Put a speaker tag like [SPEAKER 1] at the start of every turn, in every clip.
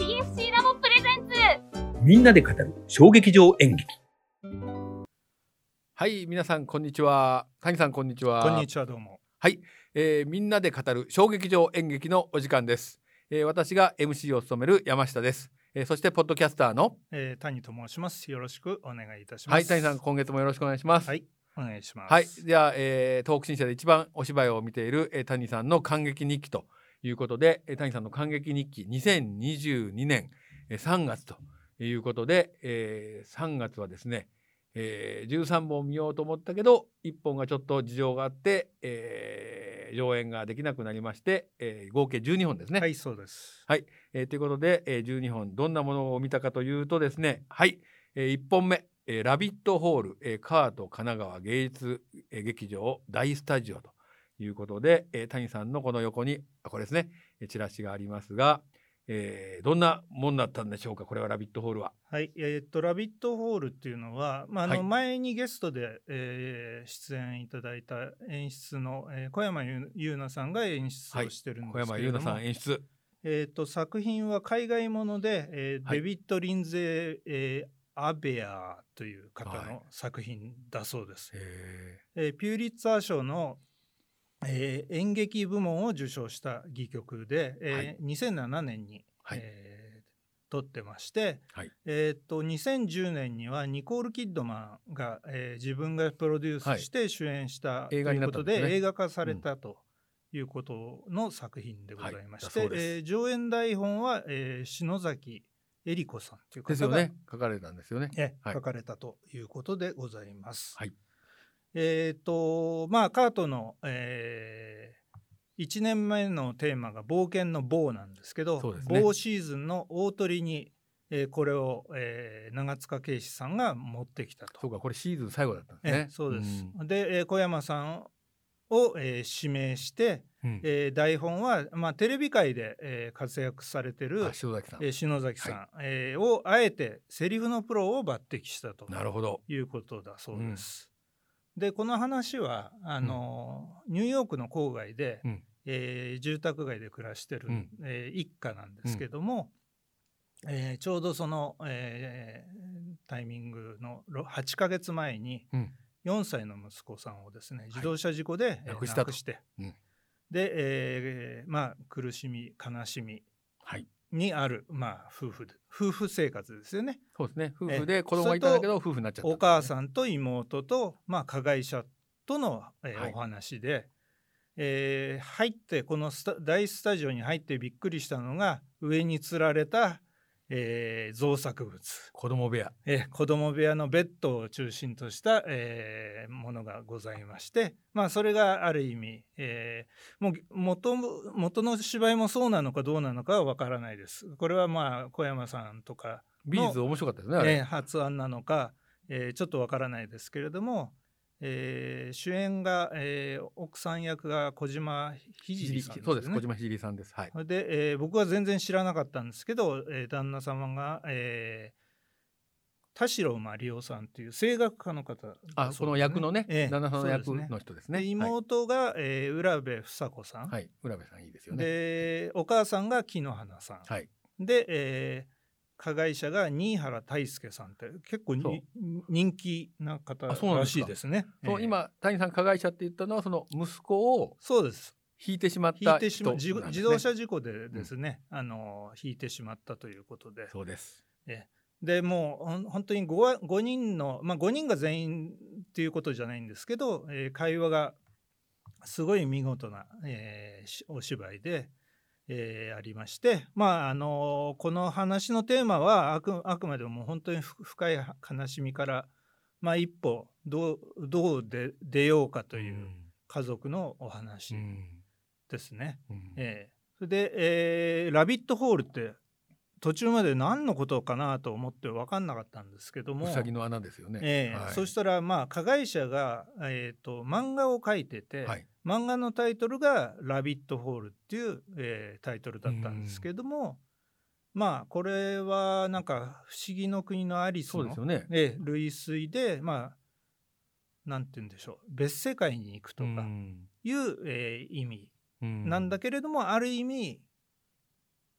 [SPEAKER 1] ン不思議なもんプレゼンツ
[SPEAKER 2] みんなで語る小劇場演劇
[SPEAKER 3] はい、皆さんこんにちは。谷さんこんにちは。
[SPEAKER 4] こんにちはどうも。
[SPEAKER 3] えーみんなで語る小劇場演劇のお時間です。えー私が MC を務める山下です。えーそしてポッドキャスターの
[SPEAKER 4] えー、谷と申します。よろしくお願いいたします。
[SPEAKER 3] はい谷さん今月もよろしくお願いします。
[SPEAKER 4] は
[SPEAKER 3] はい。
[SPEAKER 4] いお願いします。
[SPEAKER 3] じゃあ、えー、トーク新社で一番お芝居を見ている、えー谷さんの感激日記ということで、えー谷さんの感激日記2022年、えー3月ということで、えー3月はですね、えー13本見ようと思ったけど1本がちょっと事情があって、えー上演ができなくなりまして、えー合計12本ですね。
[SPEAKER 4] はい、そうです。
[SPEAKER 3] えーということで、えー12本どんなものを見たかというとですねはい、え1本目、えーラビットホール、えーカート神奈川芸術えー劇場大スタジオ」ということで、えー谷さんのこの横にあこれですねえーチラシがありますが、えーどんなもんだったんでしょうかこれは「ラビットホールは」
[SPEAKER 4] はい、えーっと、ラビットホールっていうのは、まあ、あの、
[SPEAKER 3] はい
[SPEAKER 4] 前にゲストで、えー出演いただいた演出の、えー小山ゆ優奈さんが演出をしてるん
[SPEAKER 3] 小
[SPEAKER 4] です
[SPEAKER 3] 山
[SPEAKER 4] け
[SPEAKER 3] 優
[SPEAKER 4] れど
[SPEAKER 3] 奈
[SPEAKER 4] も、
[SPEAKER 3] さん演出
[SPEAKER 4] えーっと、作品は海外もので、えー
[SPEAKER 3] はい
[SPEAKER 4] デビッド・リンゼー、えーアベアーという方
[SPEAKER 3] は
[SPEAKER 4] の作品だそうです。
[SPEAKER 3] え
[SPEAKER 4] えーピューリッツァー賞の、えー演劇部門を受賞した戯曲で、えー2007年に、
[SPEAKER 3] はい
[SPEAKER 4] えー撮ってまして、
[SPEAKER 3] はい
[SPEAKER 4] えーっと2010年にはニコール・キッドマンが、えー自分がプロデュースして主演したとい
[SPEAKER 3] 映画に
[SPEAKER 4] う
[SPEAKER 3] なった
[SPEAKER 4] こと
[SPEAKER 3] んです
[SPEAKER 4] で,、
[SPEAKER 3] ね
[SPEAKER 4] 映画化されたと。いうことの作品でございまして、
[SPEAKER 3] はいだそうです
[SPEAKER 4] えー上演台本は、えー篠崎恵里子さんという
[SPEAKER 3] ーです
[SPEAKER 4] 方
[SPEAKER 3] よ
[SPEAKER 4] が、
[SPEAKER 3] ね書かれたんですよね。
[SPEAKER 4] ええ
[SPEAKER 3] はい
[SPEAKER 4] 書かれたということでございます。
[SPEAKER 3] はい
[SPEAKER 4] えっ、とまあカートの、え1年前のテーマが「冒険の棒」なんですけど
[SPEAKER 3] そうですね
[SPEAKER 4] 棒シーズンの大鳥に、えーこれを、えー長塚圭史さんが持ってきたと。
[SPEAKER 3] そうかこれシーズン最後だったんです
[SPEAKER 4] え
[SPEAKER 3] ね。
[SPEAKER 4] えそうです、
[SPEAKER 3] ん
[SPEAKER 4] で、えー小山さんを、えー指名して、
[SPEAKER 3] うん
[SPEAKER 4] えー台本は、まあ、テレビ界で、えー活躍されて
[SPEAKER 3] あ、
[SPEAKER 4] る
[SPEAKER 3] 塩崎さん、
[SPEAKER 4] えー篠崎さん、えーをあえてセリフのプロを抜擢したと
[SPEAKER 3] なるほど。
[SPEAKER 4] いうことだそうです。でこの話はあの、ニューヨークの郊外で、
[SPEAKER 3] うん
[SPEAKER 4] えー住宅街で暮らしてる、
[SPEAKER 3] うん
[SPEAKER 4] えー一家なんですけども、えーちょうどその、えータイミングのろ8ヶ月前に
[SPEAKER 3] うん
[SPEAKER 4] 4歳の息子さんをですね自動車事故で、えー
[SPEAKER 3] 亡くしたと
[SPEAKER 4] して、
[SPEAKER 3] うん
[SPEAKER 4] で、えーまあ、苦しみ悲しみ
[SPEAKER 3] はい
[SPEAKER 4] にある、まあ、夫婦で夫婦生活ですよね。
[SPEAKER 3] そうですね。夫
[SPEAKER 4] え
[SPEAKER 3] 婦
[SPEAKER 4] え
[SPEAKER 3] で子供がいたんだけど夫婦になっちゃった、
[SPEAKER 4] お母
[SPEAKER 3] ん。
[SPEAKER 4] さんと妹と、まあ、加害者との、えー
[SPEAKER 3] はい
[SPEAKER 4] お話で、えー入ってこのスタ大スタジオに入ってびっくりしたのが上につられた、えー造作物、
[SPEAKER 3] 子供部屋。
[SPEAKER 4] えー子供部屋のベッドを中心とした、えーものがございまして、まあ、それがある意味、えーもう元も元の芝居もそうなのかどうなのかは分からないです。これはまあ小山さんとか
[SPEAKER 3] 美術面白かったですね。あれ
[SPEAKER 4] えー発案なのか、えーちょっとわからないですけれども、えー主演が、えー奥さん役が小島ひじりさんです
[SPEAKER 3] そう
[SPEAKER 4] よ
[SPEAKER 3] です。
[SPEAKER 4] ね
[SPEAKER 3] 小。島ひじりさんです。はい。
[SPEAKER 4] で、えー僕は全然知らなかったんですけど、えー旦那様が、えー田代真理夫さんという声楽家の方だそうですね、
[SPEAKER 3] あ、この役のね、
[SPEAKER 4] ええ
[SPEAKER 3] 旦那さんの役
[SPEAKER 4] そうですね
[SPEAKER 3] の人ですね。
[SPEAKER 4] で妹が、えー浦部房子さん、
[SPEAKER 3] はい。はい。浦部さんいいですよね。
[SPEAKER 4] でお母さんが木の花さん、
[SPEAKER 3] はい。
[SPEAKER 4] で、えー加害者が新原大輔さんって結構に
[SPEAKER 3] そう
[SPEAKER 4] 人気な方
[SPEAKER 3] あそうなん
[SPEAKER 4] ら
[SPEAKER 3] です
[SPEAKER 4] し
[SPEAKER 3] か
[SPEAKER 4] いですね。
[SPEAKER 3] その
[SPEAKER 4] えー
[SPEAKER 3] 今谷さん加害者って言ったのはその息子を
[SPEAKER 4] そうです。
[SPEAKER 3] 引いてしまっ
[SPEAKER 4] 引い
[SPEAKER 3] た人なん
[SPEAKER 4] て
[SPEAKER 3] で
[SPEAKER 4] しま
[SPEAKER 3] す
[SPEAKER 4] う、自
[SPEAKER 3] ね。
[SPEAKER 4] 自動車事故でですね、あの引いてしまったということで、
[SPEAKER 3] そうです。
[SPEAKER 4] でもうほん本当に 5, 5人の、まあ、5人が全員っていうことじゃないんですけど、えー会話がすごい見事な、えーしお芝居で、えーありまして、まああのこの話のテーマはあくあくまでも本当にふ深い悲しみから、まあ、一歩どうどうで出ようかという家族のお話
[SPEAKER 3] うん。
[SPEAKER 4] ですね。
[SPEAKER 3] うん
[SPEAKER 4] ええそれで、えーラビットホール」って途中まで何のことかなと思って分かんなかったんですけども
[SPEAKER 3] うさぎの穴ですよね。
[SPEAKER 4] ええ
[SPEAKER 3] はい
[SPEAKER 4] そしたらまあ加害者が、えー、と漫画を描いてて、
[SPEAKER 3] はい。
[SPEAKER 4] 漫画のタイトルが「ラビットホール」っていう、えータイトルだったんですけどもまあこれはなんか「不思議の国のアリス
[SPEAKER 3] そ
[SPEAKER 4] の」
[SPEAKER 3] うですよね。
[SPEAKER 4] ええ類推でまあなんて言うんでしょう別世界に行くとかいう、えー意味なんだ
[SPEAKER 3] け
[SPEAKER 4] けれどもある意味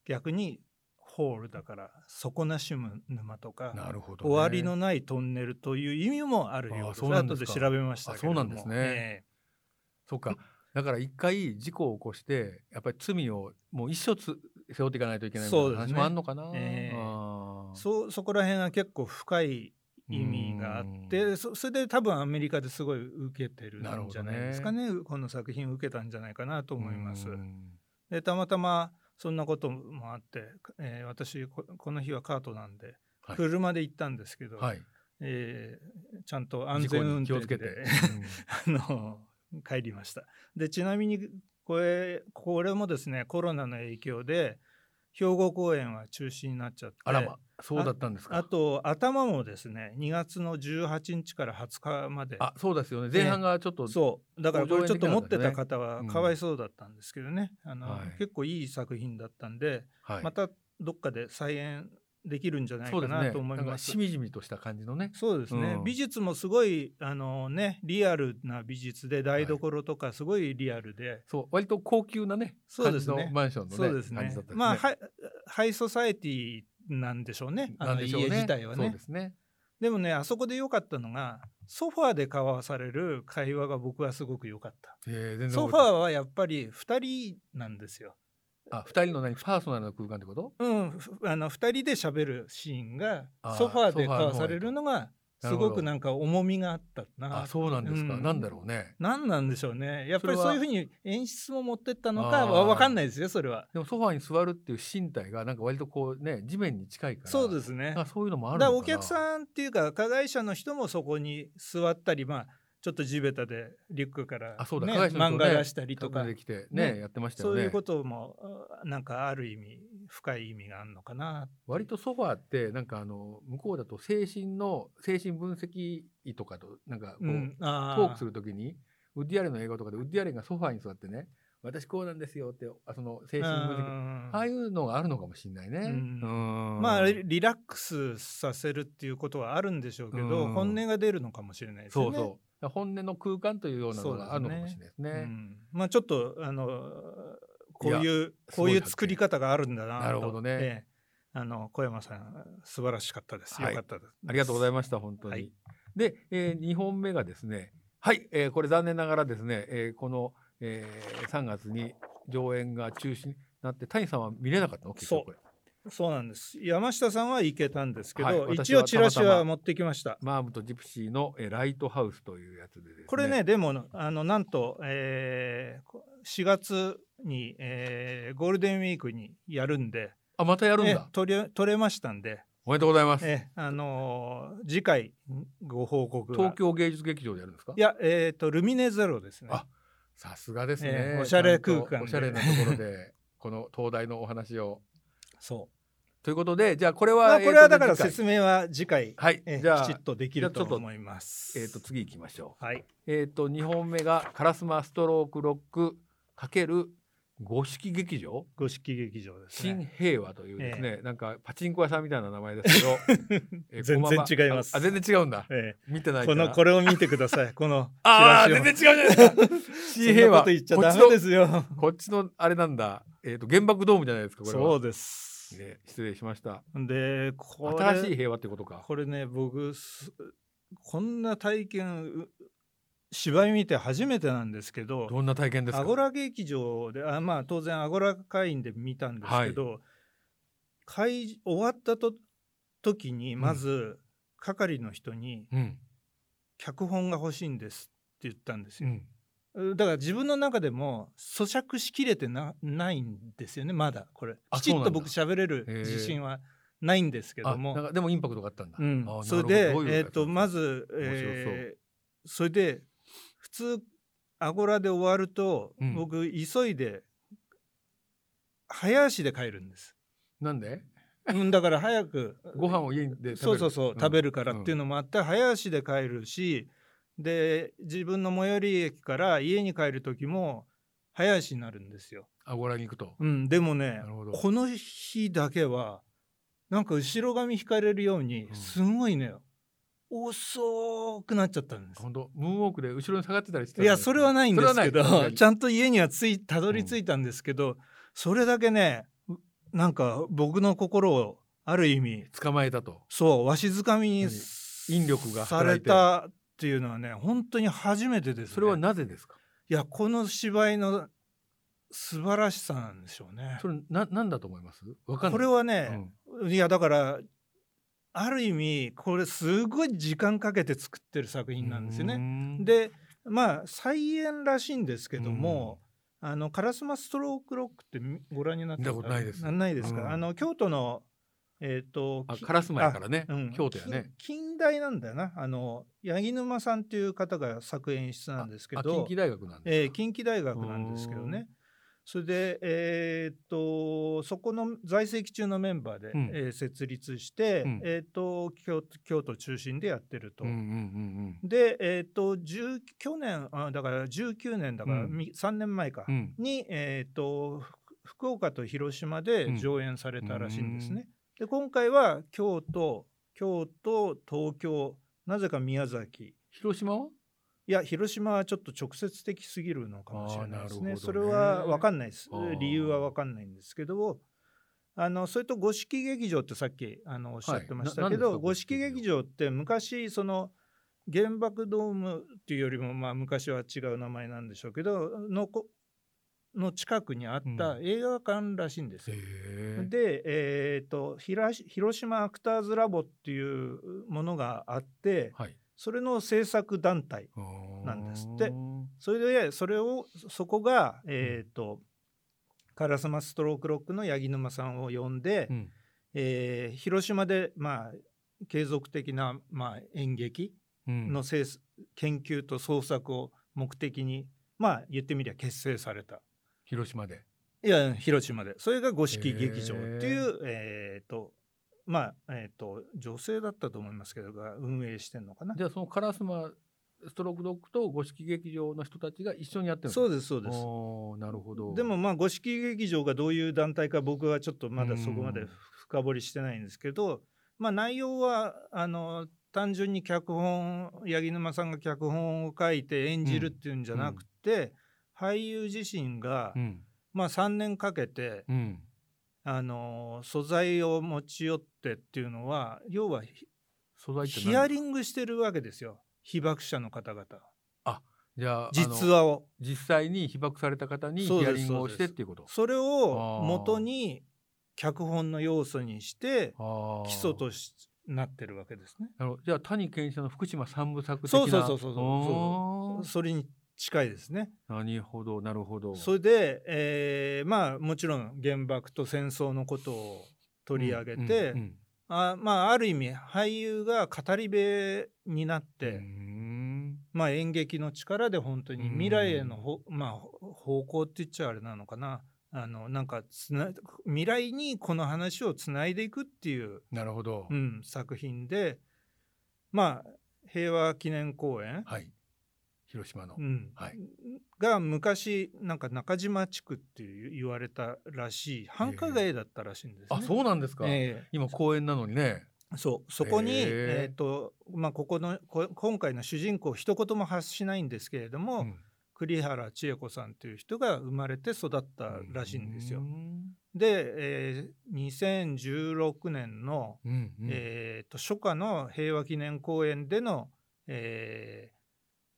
[SPEAKER 4] 逆にホールだから底なし沼とか、
[SPEAKER 3] なるほど、
[SPEAKER 4] 終わりのないトンネルという意味もあるようです
[SPEAKER 3] あそうなんです
[SPEAKER 4] 後
[SPEAKER 3] か
[SPEAKER 4] で調べましたけれども
[SPEAKER 3] あそうなんですね
[SPEAKER 4] え
[SPEAKER 3] そうか。だから一回事故を起こして、やっぱり罪をもう一生つ背負っていかないといけないみたい
[SPEAKER 4] そう
[SPEAKER 3] な
[SPEAKER 4] で
[SPEAKER 3] 話
[SPEAKER 4] すね
[SPEAKER 3] もあんのかな。
[SPEAKER 4] ええ
[SPEAKER 3] あ
[SPEAKER 4] え
[SPEAKER 3] ー
[SPEAKER 4] そうそこら辺は結構深い意味があっ
[SPEAKER 3] う
[SPEAKER 4] て
[SPEAKER 3] ん
[SPEAKER 4] そそれで多分アメリカですごい受けてる
[SPEAKER 3] なるほ
[SPEAKER 4] んじ
[SPEAKER 3] ど
[SPEAKER 4] ゃ
[SPEAKER 3] ね
[SPEAKER 4] ないですかねこの作品を受けたんじゃないかなと思います
[SPEAKER 3] う。ん
[SPEAKER 4] でたまたまそんなこともあって、えー私ここの日はカートなんで、
[SPEAKER 3] はい
[SPEAKER 4] 車で行ったんですけど、
[SPEAKER 3] はい。
[SPEAKER 4] えーちゃんと安全運
[SPEAKER 3] 事故に気を
[SPEAKER 4] 転
[SPEAKER 3] つけ
[SPEAKER 4] で
[SPEAKER 3] て。
[SPEAKER 4] あの帰りましたでちなみにこれこれもですねコロナの影響で兵庫公演は中止になっちゃって
[SPEAKER 3] あらま、そうだったんですか。
[SPEAKER 4] あと頭もですね2月の18日から20日まで
[SPEAKER 3] あ、そうですよね。前半がちょっと、
[SPEAKER 4] そうだからこれちょっと持ってた
[SPEAKER 3] 上演できなか
[SPEAKER 4] 方は
[SPEAKER 3] うん
[SPEAKER 4] かわいそうだったんですけどね、あの
[SPEAKER 3] はい
[SPEAKER 4] 結構いい作品だったんで、
[SPEAKER 3] はい
[SPEAKER 4] またどっかで再演できるんじゃない
[SPEAKER 3] そう
[SPEAKER 4] か
[SPEAKER 3] ですね。
[SPEAKER 4] なと思い
[SPEAKER 3] なん
[SPEAKER 4] ま
[SPEAKER 3] か
[SPEAKER 4] す
[SPEAKER 3] し。みじみとした感じのね。
[SPEAKER 4] そうですね、
[SPEAKER 3] うん
[SPEAKER 4] 美術もすごいあの、ね、リアルな美術で台所とかすごいリアルで、
[SPEAKER 3] そう、割と高級なね、
[SPEAKER 4] そうですね
[SPEAKER 3] 感じのマンションのね、
[SPEAKER 4] そうです
[SPEAKER 3] 感
[SPEAKER 4] ね
[SPEAKER 3] じだったですね。
[SPEAKER 4] まあハイハイソサエティなんでしょうねあ
[SPEAKER 3] なん
[SPEAKER 4] の
[SPEAKER 3] で
[SPEAKER 4] 家
[SPEAKER 3] しょうね
[SPEAKER 4] 自体は
[SPEAKER 3] そう
[SPEAKER 4] ね
[SPEAKER 3] ですね。
[SPEAKER 4] でもねあそこで良かったのがソファーで交わされる会話が僕はすごく良かった
[SPEAKER 3] えー全然
[SPEAKER 4] ソファーはやっぱり2人なんですよ、
[SPEAKER 3] あ、二人の何パーソナルな空間ってこと？
[SPEAKER 4] うん、ふあの2人で喋るシーンが
[SPEAKER 3] あー
[SPEAKER 4] ソファーで交わされるのが
[SPEAKER 3] ソファーの方がいいと
[SPEAKER 4] すごくなんか重みがあった
[SPEAKER 3] あ
[SPEAKER 4] な
[SPEAKER 3] そうなんですか、
[SPEAKER 4] うん
[SPEAKER 3] なんだろうね
[SPEAKER 4] 何なんでしょうねやっぱり
[SPEAKER 3] それ
[SPEAKER 4] そ
[SPEAKER 3] は
[SPEAKER 4] ういうふうに演出も持ってったの
[SPEAKER 3] あ
[SPEAKER 4] か
[SPEAKER 3] ー
[SPEAKER 4] は分かんないですよそれは
[SPEAKER 3] でもソファーに座るっていう身体がなんか割とこうね地面に近いから
[SPEAKER 4] そうですすね
[SPEAKER 3] あそういうのもある
[SPEAKER 4] だ
[SPEAKER 3] の
[SPEAKER 4] か
[SPEAKER 3] からな
[SPEAKER 4] お客
[SPEAKER 3] ん
[SPEAKER 4] さんっていうか加害者の人もそこに座ったりまあちょっと地べたでリュックから、ね
[SPEAKER 3] あそうだ加害者の人
[SPEAKER 4] 漫
[SPEAKER 3] ね
[SPEAKER 4] 画出したりとか、
[SPEAKER 3] できてね
[SPEAKER 4] ね
[SPEAKER 3] やってましたよ
[SPEAKER 4] そ
[SPEAKER 3] ね
[SPEAKER 4] ういうこともあなんかある意味深い意味があるのかな
[SPEAKER 3] 割とソファーってなんかあの向こうだと精神の精神分析医とかとなんかこう、
[SPEAKER 4] うん、あ
[SPEAKER 3] トークするときにウッディアレンの映画とかでウッディアレンがソファーに座ってね私こうなんですよってあその精神分析
[SPEAKER 4] 分
[SPEAKER 3] ああいうのがあるのかもしれないね。
[SPEAKER 4] うん
[SPEAKER 3] うん
[SPEAKER 4] まあリリラックスさせるっていうことはあるんでしょうけど、
[SPEAKER 3] うん
[SPEAKER 4] 本音が出るのかもしれないです
[SPEAKER 3] そ
[SPEAKER 4] よ
[SPEAKER 3] う
[SPEAKER 4] ね。
[SPEAKER 3] そう。本音の空間というようなのがあるのかもしれないですね。
[SPEAKER 4] うんまあちょっとあのこういうこう
[SPEAKER 3] すごい
[SPEAKER 4] い
[SPEAKER 3] 発
[SPEAKER 4] う
[SPEAKER 3] 見
[SPEAKER 4] 作り方があるんだなと
[SPEAKER 3] なるほどね
[SPEAKER 4] ええあの小山さん素晴らしかったです。
[SPEAKER 3] はい
[SPEAKER 4] よかったです。。
[SPEAKER 3] ありがとうございましたた本当に。
[SPEAKER 4] はい
[SPEAKER 3] で、え2本目がですねはい、えーこれ残念ながらですね、えーこの、え3月に上演が中止になって谷さんは見れなかったの結
[SPEAKER 4] そう
[SPEAKER 3] 局これ
[SPEAKER 4] そうなんです。山下さんは行けたんですけど、
[SPEAKER 3] はい私
[SPEAKER 4] 一
[SPEAKER 3] は
[SPEAKER 4] 応チラシは持ってきました。
[SPEAKER 3] マームとジプシーの、えーライトハウスというやつでですね
[SPEAKER 4] これねでもあのなんと、えー、4月に、えーゴールデンウィークにやるんで、
[SPEAKER 3] あまたやるん
[SPEAKER 4] え
[SPEAKER 3] だ
[SPEAKER 4] え取れ取れましたんで、
[SPEAKER 3] おめでとうございます
[SPEAKER 4] ええあのー次回ご報告が
[SPEAKER 3] 東京芸術劇場でやるんですか
[SPEAKER 4] いや、えっ、と、ルミネゼロですね。
[SPEAKER 3] あさすがですね、
[SPEAKER 4] ええおしゃれ空間で
[SPEAKER 3] ちゃんとおしゃれなところ でこの東大のお話を
[SPEAKER 4] そう。
[SPEAKER 3] ということでじゃあこれは、
[SPEAKER 4] まあ、これはだから
[SPEAKER 3] えーと次回
[SPEAKER 4] 説明は次回、
[SPEAKER 3] はい、
[SPEAKER 4] ええ
[SPEAKER 3] じゃあ
[SPEAKER 4] きちっとできる
[SPEAKER 3] じゃ
[SPEAKER 4] と
[SPEAKER 3] あちょっと
[SPEAKER 4] 思います。
[SPEAKER 3] えー、と次行きましょう
[SPEAKER 4] はい。
[SPEAKER 3] えー、と2本目が「カラスマストロークロック×五色劇場
[SPEAKER 4] 五色劇場です
[SPEAKER 3] 新
[SPEAKER 4] ね。
[SPEAKER 3] 平和」というですね、なんかパチンコ屋さんみたいな名前ですけ ど、え
[SPEAKER 4] 全然
[SPEAKER 3] こんばんは
[SPEAKER 4] 違います
[SPEAKER 3] ああ全然違うんだ
[SPEAKER 4] え
[SPEAKER 3] 見てな
[SPEAKER 4] え
[SPEAKER 3] い
[SPEAKER 4] こ
[SPEAKER 3] から
[SPEAKER 4] のこれを見てください。このチ
[SPEAKER 3] あ
[SPEAKER 4] ラ
[SPEAKER 3] あ
[SPEAKER 4] シを。
[SPEAKER 3] 全然違うじゃないですか新
[SPEAKER 4] そん
[SPEAKER 3] 平
[SPEAKER 4] な
[SPEAKER 3] 和
[SPEAKER 4] こと言っちゃ
[SPEAKER 3] こっ
[SPEAKER 4] ダ
[SPEAKER 3] ち
[SPEAKER 4] メ
[SPEAKER 3] の
[SPEAKER 4] ですよ。
[SPEAKER 3] こっちのあれなんだ、えー、と原爆ドームじゃないですかこれは
[SPEAKER 4] そうです。
[SPEAKER 3] ね失礼しました
[SPEAKER 4] で、これ
[SPEAKER 3] 新しい平和ってことか
[SPEAKER 4] これね、僕すこんな体験う芝居見て初めてなんですけど、
[SPEAKER 3] どんな体験ですか
[SPEAKER 4] アゴラ劇場であまあ当然アゴラ会員で見たんですけど、会終わったと時にまず係の人に
[SPEAKER 3] うん
[SPEAKER 4] 「脚本が欲しいんです」って言ったんです
[SPEAKER 3] う
[SPEAKER 4] よ、
[SPEAKER 3] ん
[SPEAKER 4] だから自分の中でも咀嚼しきれてなないんですよねまだこれ
[SPEAKER 3] あ
[SPEAKER 4] きち
[SPEAKER 3] そう
[SPEAKER 4] っ
[SPEAKER 3] な
[SPEAKER 4] と
[SPEAKER 3] んだ
[SPEAKER 4] 僕喋れる自信はないんですけ
[SPEAKER 3] あ
[SPEAKER 4] ど
[SPEAKER 3] なん
[SPEAKER 4] も、
[SPEAKER 3] かでもインパクトがあったんだ、
[SPEAKER 4] うん
[SPEAKER 3] あー、
[SPEAKER 4] それ
[SPEAKER 3] なる
[SPEAKER 4] で
[SPEAKER 3] ほどどういう
[SPEAKER 4] え
[SPEAKER 3] や
[SPEAKER 4] っ
[SPEAKER 3] つ
[SPEAKER 4] とまずそ,、えーそれで普通アゴラで終わると、
[SPEAKER 3] うん
[SPEAKER 4] 僕急いで早足で帰るん です、
[SPEAKER 3] なんで
[SPEAKER 4] うん、だから早く
[SPEAKER 3] ご飯を家で食べる
[SPEAKER 4] そうそうそう、食べるからっていう
[SPEAKER 3] の、
[SPEAKER 4] のもあって、早足で帰るしで自分の最寄り駅から家に帰る時も早足になるんですよ、
[SPEAKER 3] あごらに行くと、
[SPEAKER 4] うん、でもね
[SPEAKER 3] なるほど
[SPEAKER 4] この日だけはなんか後ろ髪引かれるように
[SPEAKER 3] うん
[SPEAKER 4] すごいね、遅くなっちゃったんです
[SPEAKER 3] 本当ムーンウォークで後ろに下がってたりしてた
[SPEAKER 4] いやそれはないんですけ
[SPEAKER 3] それは
[SPEAKER 4] ど
[SPEAKER 3] ない
[SPEAKER 4] ちゃんと家にはついたどり着いたんですけど、それだけねうなんか僕の心をある意味
[SPEAKER 3] 捕まえたと
[SPEAKER 4] そうわしづかみに
[SPEAKER 3] 何引力が
[SPEAKER 4] さ
[SPEAKER 3] 働
[SPEAKER 4] れ
[SPEAKER 3] いてる
[SPEAKER 4] たっていうのはね本当に初めてです、ね、
[SPEAKER 3] それはなぜですか
[SPEAKER 4] いやこの芝居の素晴らしさなんでしょうね。
[SPEAKER 3] それななんだと思いますわかんない
[SPEAKER 4] これ
[SPEAKER 3] は
[SPEAKER 4] はね、いやだからある意味これすごい時間かけて作ってる作品なんですよね。
[SPEAKER 3] ね
[SPEAKER 4] でまあ再演らしいんですけども、あのカラスマストロークロックってみご覧になった
[SPEAKER 3] 見たことないです
[SPEAKER 4] ないですか、
[SPEAKER 3] うん
[SPEAKER 4] あの京都のえっ、と
[SPEAKER 3] あ
[SPEAKER 4] き
[SPEAKER 3] カラスマやからね、
[SPEAKER 4] あうん
[SPEAKER 3] 京都やね
[SPEAKER 4] 近近代なんだよなあの八木沼さんっていう方が作演出なんですけ
[SPEAKER 3] あ
[SPEAKER 4] ど
[SPEAKER 3] 近畿大学なん
[SPEAKER 4] え
[SPEAKER 3] です
[SPEAKER 4] ー
[SPEAKER 3] か、
[SPEAKER 4] 近畿大学なんですけど
[SPEAKER 3] う
[SPEAKER 4] ね。それで、えーっとそこの在籍中のメンバーで、
[SPEAKER 3] うん
[SPEAKER 4] えー設立して、
[SPEAKER 3] うん
[SPEAKER 4] えーっと京京都中心でやってると。
[SPEAKER 3] うんうん
[SPEAKER 4] で、えーっと10去年あだから19年だから、
[SPEAKER 3] うん
[SPEAKER 4] み3年前か、
[SPEAKER 3] うんうん
[SPEAKER 4] に、えーっとふ福岡と広島で上演されたらしいんですね。で今回は京都京都東京なぜか宮崎
[SPEAKER 3] 広島はい
[SPEAKER 4] や広島はちょっと直接的すぎるのかもしれない
[SPEAKER 3] あーなる
[SPEAKER 4] ですね。
[SPEAKER 3] ほどね
[SPEAKER 4] それは分かんないです
[SPEAKER 3] あー。
[SPEAKER 4] 理由は分かんないんですけどあのそれと五色劇場ってさっきあのおっしゃってましたけ
[SPEAKER 3] ななんですか
[SPEAKER 4] ど五色
[SPEAKER 3] 五色劇
[SPEAKER 4] 劇場って昔その原爆ドームっていうよりもまあ昔は違う名前なんでしょうけどのこの近くにあった
[SPEAKER 3] う
[SPEAKER 4] 映画館らしいんですよ。
[SPEAKER 3] へえ
[SPEAKER 4] で、えー、とひらし広島アクターズラボっていうものがあって
[SPEAKER 3] はい
[SPEAKER 4] それの制作団体なんですってそれでそれをそこが、えーとカラスマストロークロックの八木沼さんを呼んで、
[SPEAKER 3] うん
[SPEAKER 4] えー広島で、まあ、継続的な、まあ、演劇
[SPEAKER 3] うん
[SPEAKER 4] の制作研究と創作を目的に、まあ、言ってみりゃ結成された
[SPEAKER 3] 広島で
[SPEAKER 4] いや広島でそれが五色劇場ってい
[SPEAKER 3] へ
[SPEAKER 4] う、えーとまあえー、と女性だったと思いますけどが運営してるのかな
[SPEAKER 3] じゃあそのカラスマストロークドッグと五色劇場の人たちが一緒にやってる
[SPEAKER 4] そう
[SPEAKER 3] で
[SPEAKER 4] ですそうです
[SPEAKER 3] なるほど
[SPEAKER 4] でもまあ五色劇場がどういう団体か僕はちょっとまだそこまで深掘りしてないんですけど、まあ、内容はあの単純に脚本八木沼さんが脚本を書いて演じるっていうんじゃなくて、俳優自身が、
[SPEAKER 3] うん
[SPEAKER 4] まあ、3年かけて、
[SPEAKER 3] うん
[SPEAKER 4] あの素材を持ち寄ってっていうのは要はヒ
[SPEAKER 3] 素材って何
[SPEAKER 4] ヒアリングしてるわけですよ被爆者の方々
[SPEAKER 3] じゃあ
[SPEAKER 4] 実
[SPEAKER 3] あの
[SPEAKER 4] 話を。
[SPEAKER 3] 実際に被爆された方にヒ
[SPEAKER 4] そうで
[SPEAKER 3] ア
[SPEAKER 4] す
[SPEAKER 3] リングをして
[SPEAKER 4] そ
[SPEAKER 3] っ
[SPEAKER 4] うです
[SPEAKER 3] ていうこと
[SPEAKER 4] それを元に脚本の要素にして
[SPEAKER 3] あー
[SPEAKER 4] 基礎としなってるわけですね。
[SPEAKER 3] なるほどじゃあ谷健一さんの福島三部作的な
[SPEAKER 4] そうそうそうそうそう
[SPEAKER 3] おー
[SPEAKER 4] それに近いですね。
[SPEAKER 3] なるほどなるほど
[SPEAKER 4] それで、えーまあもちろん原爆と戦争のことを取り上げて、
[SPEAKER 3] うんうんうん
[SPEAKER 4] あまあある意味俳優が語り部になって、
[SPEAKER 3] うん
[SPEAKER 4] まあ演劇の力で本当に
[SPEAKER 3] うん
[SPEAKER 4] 未来へのほ、まあほ方向って言っちゃあれなのかな。あのなんかつな未来にこの話をつないでいくっていう、
[SPEAKER 3] なるほど、
[SPEAKER 4] うん、作品でまあ平和記念公園、
[SPEAKER 3] はい広島の、
[SPEAKER 4] うん
[SPEAKER 3] はい
[SPEAKER 4] が昔なんか中島地区っていう言われたらしい繁華街だったらしいんですね。
[SPEAKER 3] あそうなんですか、
[SPEAKER 4] ええ
[SPEAKER 3] 今公園なのにね
[SPEAKER 4] そうそこに、
[SPEAKER 3] へえ
[SPEAKER 4] えーとまあ、ここのこ今回の主人公一言も発しないんですけれども、
[SPEAKER 3] うん
[SPEAKER 4] 栗原千恵子さんという人が生まれて育ったらしいんですよ。
[SPEAKER 3] うん
[SPEAKER 4] で、えー2016年の、
[SPEAKER 3] うんうん
[SPEAKER 4] えーと初夏の平和記念公園での、えー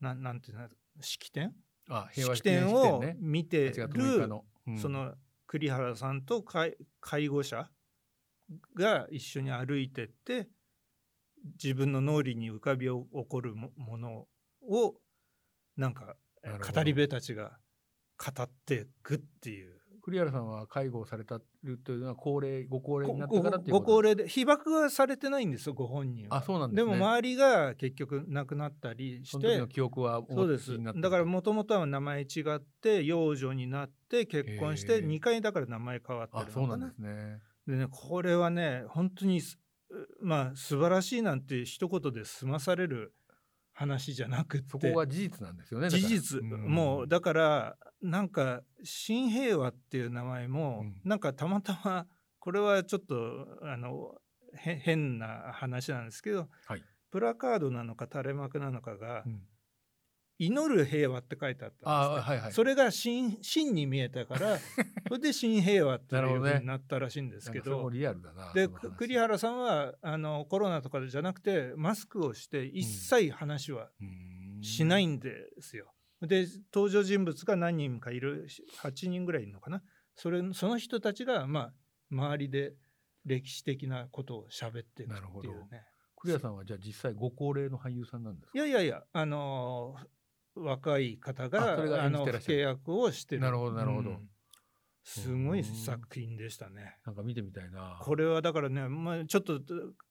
[SPEAKER 4] ななんていうの式典
[SPEAKER 3] あ平和
[SPEAKER 4] 式
[SPEAKER 3] 記念
[SPEAKER 4] 典
[SPEAKER 3] 式典
[SPEAKER 4] を
[SPEAKER 3] ね
[SPEAKER 4] 見て
[SPEAKER 3] 8
[SPEAKER 4] る、
[SPEAKER 3] 月6日の、うん
[SPEAKER 4] その栗原さんと介介護者が一緒に歩いてって自分の脳裏に浮かび起こるもものをなんか
[SPEAKER 3] なるほど
[SPEAKER 4] 語り部たちが語ってくっていう
[SPEAKER 3] 栗原さんは介護をされたるというのは高齢ご高齢
[SPEAKER 4] ご
[SPEAKER 3] になって
[SPEAKER 4] ご
[SPEAKER 3] からっていう
[SPEAKER 4] ご
[SPEAKER 3] こと
[SPEAKER 4] 高
[SPEAKER 3] です
[SPEAKER 4] 齢で被爆はされてないんですよご本人は
[SPEAKER 3] あそうなんで
[SPEAKER 4] です
[SPEAKER 3] ね
[SPEAKER 4] も周りが結局亡くなったり
[SPEAKER 3] そ
[SPEAKER 4] し
[SPEAKER 3] の時
[SPEAKER 4] て
[SPEAKER 3] の記憶は
[SPEAKER 4] そうで
[SPEAKER 3] お持
[SPEAKER 4] す
[SPEAKER 3] ちになってる
[SPEAKER 4] だからもともとは名前違って養女になって結婚し
[SPEAKER 3] へえ
[SPEAKER 4] て2回だから名前変わって
[SPEAKER 3] あ
[SPEAKER 4] るのか
[SPEAKER 3] そうなんですね
[SPEAKER 4] でねこれはね本当にすまあ素晴らしいなんて一言で済まされる話じゃなくって
[SPEAKER 3] そこが事実なんですよねだから
[SPEAKER 4] 事実、
[SPEAKER 3] ん
[SPEAKER 4] もうだからなんか「新平和」っていう名前も、
[SPEAKER 3] うん
[SPEAKER 4] なんかたまたまこれはちょっとあのへ変な話なんですけど、
[SPEAKER 3] はい
[SPEAKER 4] プラカードなのか垂れ幕なのかが
[SPEAKER 3] うん
[SPEAKER 4] 「祈る平和って書いてあったんですね
[SPEAKER 3] ああはいはい
[SPEAKER 4] それが真真に見えたから それで真平和ってい
[SPEAKER 3] なるほ
[SPEAKER 4] う
[SPEAKER 3] ど
[SPEAKER 4] ふ
[SPEAKER 3] ね
[SPEAKER 4] うになったらしいんですけ
[SPEAKER 3] なんかそれも
[SPEAKER 4] ど。
[SPEAKER 3] リアルだな
[SPEAKER 4] で
[SPEAKER 3] その話
[SPEAKER 4] 栗原さんはあのコロナとかじゃなくてマスクをして一切話は
[SPEAKER 3] うーん
[SPEAKER 4] しないんですよ。で登場人物が何人かいるし8人ぐらいいるのかなそれその人たちが、まあ、周りで歴史的なことを喋っていく
[SPEAKER 3] なるほ
[SPEAKER 4] って
[SPEAKER 3] ど
[SPEAKER 4] いうね。
[SPEAKER 3] 栗原さんはじゃあ実際ご高齢の俳優さんなんですか
[SPEAKER 4] いやいやいやあの若い方が
[SPEAKER 3] あそれが
[SPEAKER 4] あ
[SPEAKER 3] 演じ
[SPEAKER 4] の
[SPEAKER 3] てらっしゃる
[SPEAKER 4] 契約をしてる
[SPEAKER 3] なるほどなるほど
[SPEAKER 4] うんすご
[SPEAKER 3] う
[SPEAKER 4] い
[SPEAKER 3] ん
[SPEAKER 4] 作品でしたね。
[SPEAKER 3] なんか見てみたいな
[SPEAKER 4] これはだからね、まあ、ちょっと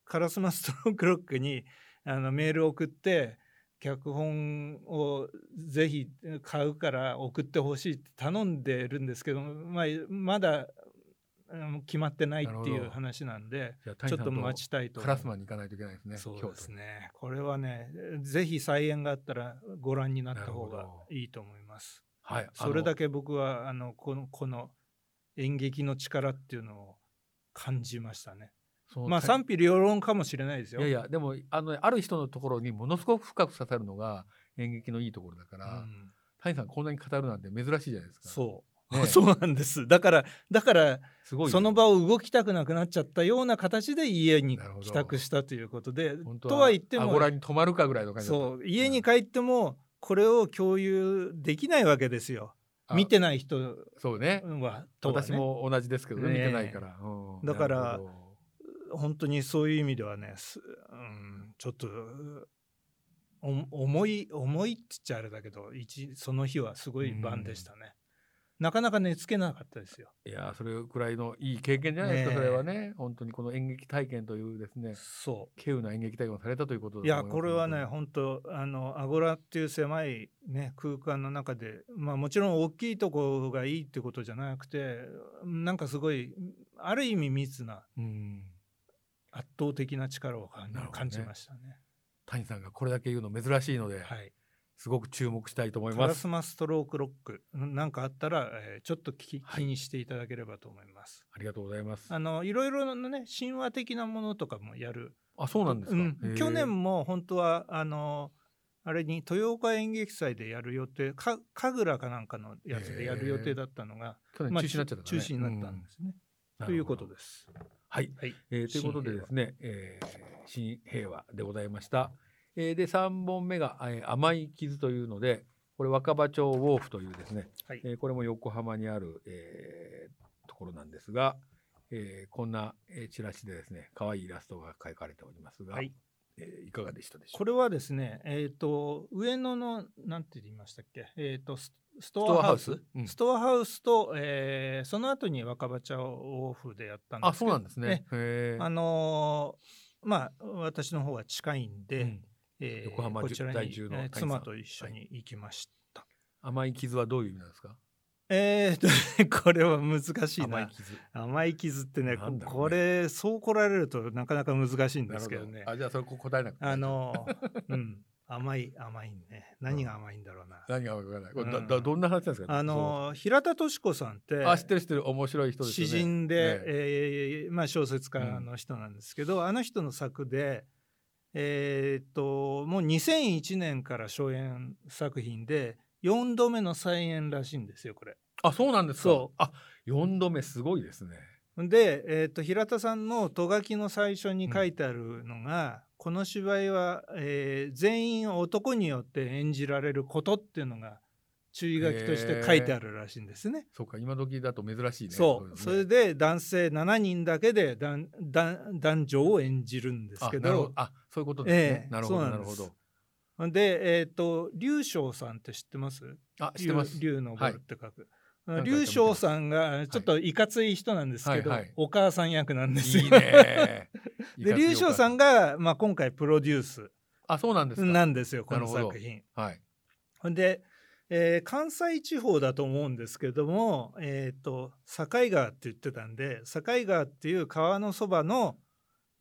[SPEAKER 4] カラスマストロークロックにあのメールを送って脚本をぜひ買うから送ってほしいって頼んでるんですけど、まあ、まだうん決まってないって
[SPEAKER 3] ないるほ
[SPEAKER 4] う
[SPEAKER 3] ど
[SPEAKER 4] 話なんで
[SPEAKER 3] じゃあ谷
[SPEAKER 4] ち
[SPEAKER 3] さ
[SPEAKER 4] ょ
[SPEAKER 3] ん
[SPEAKER 4] っと待ちたいと
[SPEAKER 3] カラスマに行かないといけないですね
[SPEAKER 4] そう
[SPEAKER 3] 京
[SPEAKER 4] で
[SPEAKER 3] 都
[SPEAKER 4] すねこれはねぜひ再演があったらご覧になった方
[SPEAKER 3] なる
[SPEAKER 4] が
[SPEAKER 3] ほど
[SPEAKER 4] いいと思います。
[SPEAKER 3] はい
[SPEAKER 4] それだ
[SPEAKER 3] け
[SPEAKER 4] け僕はあのこのこの演劇の力っていうのを感じましたね。まあ賛否両論かもしれないですよ。
[SPEAKER 3] いやいやでもあのねある人のところにものすごく深く刺さるのが演劇のいいところだか
[SPEAKER 4] う
[SPEAKER 3] ら、
[SPEAKER 4] ん
[SPEAKER 3] 谷さんこんなに語るなんて珍しいじゃないですか
[SPEAKER 4] そう、
[SPEAKER 3] ね
[SPEAKER 4] そうなんです。だからだから
[SPEAKER 3] すごいよ
[SPEAKER 4] その場を動きたくなくなっちゃったような形で家に
[SPEAKER 3] なるほど
[SPEAKER 4] 帰宅したということで
[SPEAKER 3] 本、当
[SPEAKER 4] とは言って
[SPEAKER 3] アゴラ
[SPEAKER 4] も
[SPEAKER 3] に泊まるかぐらいの感じだった
[SPEAKER 4] そう家に帰ってもこれを共有できないわけですよ。
[SPEAKER 3] あ
[SPEAKER 4] 見てない人は
[SPEAKER 3] そうね
[SPEAKER 4] とはね
[SPEAKER 3] 私も同じですけどね
[SPEAKER 4] ね
[SPEAKER 3] 見
[SPEAKER 4] え
[SPEAKER 3] てないから、うん
[SPEAKER 4] だから
[SPEAKER 3] なるほど
[SPEAKER 4] 本当にそういう意味ではね、すうん、ちょっとお重い重いって言っちゃあれだけど一その日はすごい晩でしたね、なかなか寝つけなかったですよ
[SPEAKER 3] いやそれくらいのいい経験じゃないですか、
[SPEAKER 4] ねえ
[SPEAKER 3] それはね本当にこの演劇体験というですね
[SPEAKER 4] そ
[SPEAKER 3] 稀有な演劇体験をされたということだ
[SPEAKER 4] うい
[SPEAKER 3] と思
[SPEAKER 4] や
[SPEAKER 3] ます
[SPEAKER 4] これはね本当あのアゴラっていう狭い、ね、空間の中で、まあ、もちろん大きいとこがいいってことじゃなくてなんかすごいある意味密な
[SPEAKER 3] うん
[SPEAKER 4] 圧倒的な力を感じ,、
[SPEAKER 3] なるほどね
[SPEAKER 4] 感じましたね。
[SPEAKER 3] 谷さんがこれだけ言うの珍しいので、
[SPEAKER 4] はい
[SPEAKER 3] すごく注目したいと思い
[SPEAKER 4] カ
[SPEAKER 3] ま
[SPEAKER 4] ラ
[SPEAKER 3] す
[SPEAKER 4] スマストロークロックなんかあったら、えーちょっと気
[SPEAKER 3] はい
[SPEAKER 4] 気にしていただければと思います。
[SPEAKER 3] ありがとうございます
[SPEAKER 4] あのいろいろなね神話的なものとかもやる。
[SPEAKER 3] あそうなんですか、へえ
[SPEAKER 4] 去年も本当はあのあれに豊岡演劇祭でやる予定か神楽かなんかのやつでやる予定だったのが、
[SPEAKER 3] 去年
[SPEAKER 4] まあ
[SPEAKER 3] 中止になっちゃった、ね
[SPEAKER 4] 中止になったんですね。
[SPEAKER 3] うん
[SPEAKER 4] ということ
[SPEAKER 3] なるほど
[SPEAKER 4] です。
[SPEAKER 3] はい、
[SPEAKER 4] はい。
[SPEAKER 3] えーということでですね「えー新平和」でございました、えーで3本目が、えー甘い傷」というのでこれ若葉町ウォーフというですね、
[SPEAKER 4] はい
[SPEAKER 3] えーこれも横浜にある、えーところなんですが、えーこんな、えーチラシでですね可愛いイラストが描かれておりますが、
[SPEAKER 4] はい
[SPEAKER 3] えーいかがでしたでしょう
[SPEAKER 4] これはですね、えっ、と上野のなんて言いましたっけ、えっ、とスス
[SPEAKER 3] ス
[SPEAKER 4] ト
[SPEAKER 3] ト
[SPEAKER 4] ア
[SPEAKER 3] アハ
[SPEAKER 4] ハウ
[SPEAKER 3] ウ
[SPEAKER 4] ス
[SPEAKER 3] ス、うん
[SPEAKER 4] ストアハウスと、えーその後に若葉茶オフでやったんですけど
[SPEAKER 3] あそうなんですね
[SPEAKER 4] ね。
[SPEAKER 3] へー
[SPEAKER 4] あのーまあ私の方が近いんで、
[SPEAKER 3] うん
[SPEAKER 4] えー
[SPEAKER 3] 横浜
[SPEAKER 4] こちらに
[SPEAKER 3] 在住の
[SPEAKER 4] え
[SPEAKER 3] 谷
[SPEAKER 4] ー
[SPEAKER 3] さん
[SPEAKER 4] 妻と一緒に行きました、
[SPEAKER 3] 甘い傷はどういう意味なんですか
[SPEAKER 4] えーっ とこれは難しいな
[SPEAKER 3] 甘
[SPEAKER 4] 甘
[SPEAKER 3] い
[SPEAKER 4] い
[SPEAKER 3] 傷
[SPEAKER 4] 傷って
[SPEAKER 3] な
[SPEAKER 4] ね
[SPEAKER 3] んだろうね
[SPEAKER 4] これそう来られるとなかなか難しいんですけど
[SPEAKER 3] なる
[SPEAKER 4] ね
[SPEAKER 3] ほあじゃあそれこ答えなくて
[SPEAKER 4] あの ーうん甘い甘いね何が甘いんだろうな、
[SPEAKER 3] 何がわからないこれだ
[SPEAKER 4] うん
[SPEAKER 3] だどんな話なんですか
[SPEAKER 4] あのー平田敏子さんって
[SPEAKER 3] そうあ知ってる知ってる面白い人です
[SPEAKER 4] 詩
[SPEAKER 3] よね
[SPEAKER 4] 人で、
[SPEAKER 3] ね
[SPEAKER 4] えーまあ、小説家の人なんですけど、あの人の作で、えーっともう2001年から初演作品で4度目の再演らしいんですよこれ。
[SPEAKER 3] あそうなんですか
[SPEAKER 4] そう
[SPEAKER 3] あ四度目すごいですね
[SPEAKER 4] で、えーっと平田さんの「とがき」の最初に書いてあるのが、この芝居は、えー全員男によって演じられることっていうのが注意書きとして書いてあるらしいんですね。
[SPEAKER 3] そうか今時だと珍しいね
[SPEAKER 4] そうそ
[SPEAKER 3] い
[SPEAKER 4] れ
[SPEAKER 3] のね
[SPEAKER 4] で男性7人だけで男男男女を演じるんですけ
[SPEAKER 3] あなるほ
[SPEAKER 4] ど
[SPEAKER 3] あそういうことですね
[SPEAKER 4] ええ
[SPEAKER 3] なるほど
[SPEAKER 4] そう
[SPEAKER 3] な
[SPEAKER 4] なん
[SPEAKER 3] る
[SPEAKER 4] で
[SPEAKER 3] ほ
[SPEAKER 4] す
[SPEAKER 3] ど
[SPEAKER 4] でえっ、と劉翔さんって知ってます
[SPEAKER 3] あ知ってます
[SPEAKER 4] 劉劉のボールって書く、
[SPEAKER 3] い
[SPEAKER 4] 劉翔さんがちょっといかつい人なんですけど、
[SPEAKER 3] はいはい
[SPEAKER 4] お母さん役なんですよ
[SPEAKER 3] いいね
[SPEAKER 4] で劉翔さんが、まあ、今回プロデュース
[SPEAKER 3] あそうなんですか
[SPEAKER 4] なんですよこの
[SPEAKER 3] なるほど
[SPEAKER 4] 作品
[SPEAKER 3] はい
[SPEAKER 4] ほんで、えー関西地方だと思うんですけども、えー、と境川って言ってたんで境川っていう川のそばの、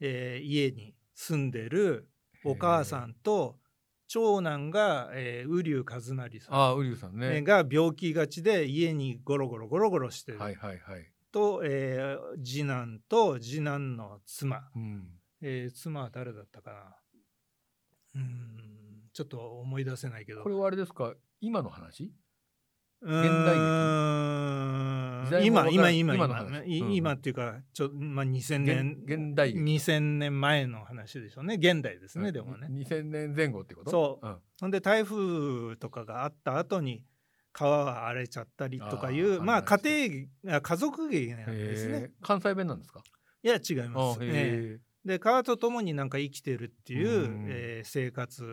[SPEAKER 4] えー家に住んでるお母さんと長男がえー瓜生、一成さん
[SPEAKER 3] あウリュウさん
[SPEAKER 4] えー
[SPEAKER 3] ね
[SPEAKER 4] が病気がちで家にゴロゴロゴロゴロしてる
[SPEAKER 3] はいはいはい
[SPEAKER 4] と、えー次男と次男の妻、
[SPEAKER 3] うん
[SPEAKER 4] えー妻は誰だったかなうーんちょっと思い出せないけど
[SPEAKER 3] これはあれですか今の話
[SPEAKER 4] うーん
[SPEAKER 3] 現代時代も
[SPEAKER 4] 今
[SPEAKER 3] わから
[SPEAKER 4] 今今
[SPEAKER 3] 今
[SPEAKER 4] 今
[SPEAKER 3] の話
[SPEAKER 4] い
[SPEAKER 3] うん
[SPEAKER 4] 今っていうかちょ、まあ、2000
[SPEAKER 3] 現
[SPEAKER 4] 年
[SPEAKER 3] 現代劇
[SPEAKER 4] 2000年前の話でしょうね現代ですね、でもね
[SPEAKER 3] に2000年前後ってこと、
[SPEAKER 4] そうほんで台風とかがあった後に川は荒れちゃったりとかい
[SPEAKER 3] あー
[SPEAKER 4] うまあ
[SPEAKER 3] 氾濫して
[SPEAKER 4] 家庭あ家族芸なん
[SPEAKER 3] ん、
[SPEAKER 4] です
[SPEAKER 3] へ
[SPEAKER 4] ね
[SPEAKER 3] え関西弁なんですか
[SPEAKER 4] いや違います、
[SPEAKER 3] あへ
[SPEAKER 4] ええ
[SPEAKER 3] え
[SPEAKER 4] で川と共になんか生きてるっていう
[SPEAKER 3] う、ん
[SPEAKER 4] えー生活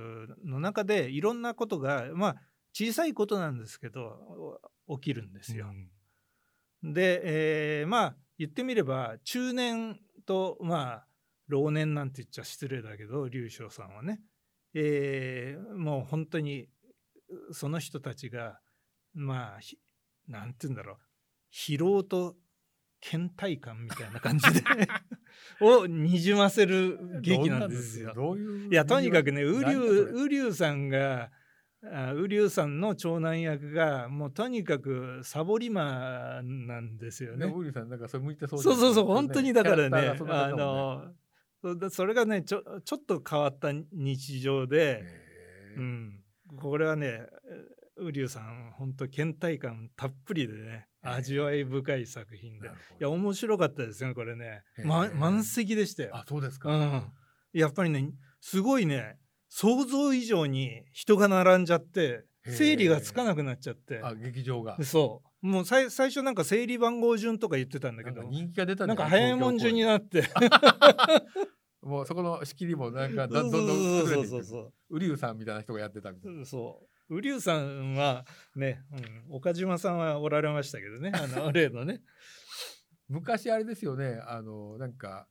[SPEAKER 4] の中でいろんなことがまあ小さいことなんですけどお起きるんですよ、
[SPEAKER 3] うん
[SPEAKER 4] で、えーまあ言ってみれば中年とまあ老年なんて言っちゃ失礼だけど龍翔さんはね、えーもう本当にうその人たちがまあひなんて言うんだろう疲労と倦怠感みたいな感じで をにじませる劇なんですよ。
[SPEAKER 3] どういう
[SPEAKER 4] いやとにかくね
[SPEAKER 3] 何
[SPEAKER 4] 瓜
[SPEAKER 3] だそれ
[SPEAKER 4] 生瓜生さんがあ瓜生さんの長男役がもうとにかくサボりマンなんですよ
[SPEAKER 3] ね、
[SPEAKER 4] ね。
[SPEAKER 3] ウリさんなんかそれ向いてそうです
[SPEAKER 4] そ
[SPEAKER 3] ね
[SPEAKER 4] うそうそう本当にだから
[SPEAKER 3] キャラク
[SPEAKER 4] ね
[SPEAKER 3] ターが
[SPEAKER 4] あ
[SPEAKER 3] そんな感
[SPEAKER 4] のそだそれがねちょちょっと変わった日
[SPEAKER 3] じだも
[SPEAKER 4] 常
[SPEAKER 3] ん
[SPEAKER 4] で、
[SPEAKER 3] ねへえ
[SPEAKER 4] うん、これはねえ瓜生さん本当倦怠感たっぷりでね
[SPEAKER 3] ええ
[SPEAKER 4] 味わい深い作品で
[SPEAKER 3] なるほ
[SPEAKER 4] いや
[SPEAKER 3] ど
[SPEAKER 4] 面白かったですねこれね、
[SPEAKER 3] ええ
[SPEAKER 4] ま、満席でしたよ。
[SPEAKER 3] あそうですか、
[SPEAKER 4] うん、やっぱりねすごいね想像以上に人が並んじゃって
[SPEAKER 3] へー
[SPEAKER 4] 整理がつかなくなっちゃって
[SPEAKER 3] あ劇場が
[SPEAKER 4] そうもうさい最初なんか整理番号順とか言ってたんだ
[SPEAKER 3] な
[SPEAKER 4] け
[SPEAKER 3] んか
[SPEAKER 4] ど
[SPEAKER 3] 人気が出た
[SPEAKER 4] なんか早いもん順に
[SPEAKER 3] っ
[SPEAKER 4] なって
[SPEAKER 3] もうそこの仕切りもなんか
[SPEAKER 4] そ
[SPEAKER 3] ど
[SPEAKER 4] うん
[SPEAKER 3] どんどん
[SPEAKER 4] そ
[SPEAKER 3] 崩
[SPEAKER 4] うそ
[SPEAKER 3] れ
[SPEAKER 4] う
[SPEAKER 3] ていう
[SPEAKER 4] そ
[SPEAKER 3] く
[SPEAKER 4] そう
[SPEAKER 3] ウリュウさんみたいな人がやってたみたいな
[SPEAKER 4] そう瓜生さんはね、うん、岡島さんはおられましたけどねあ の例のね
[SPEAKER 3] 昔あれですよねあのなんか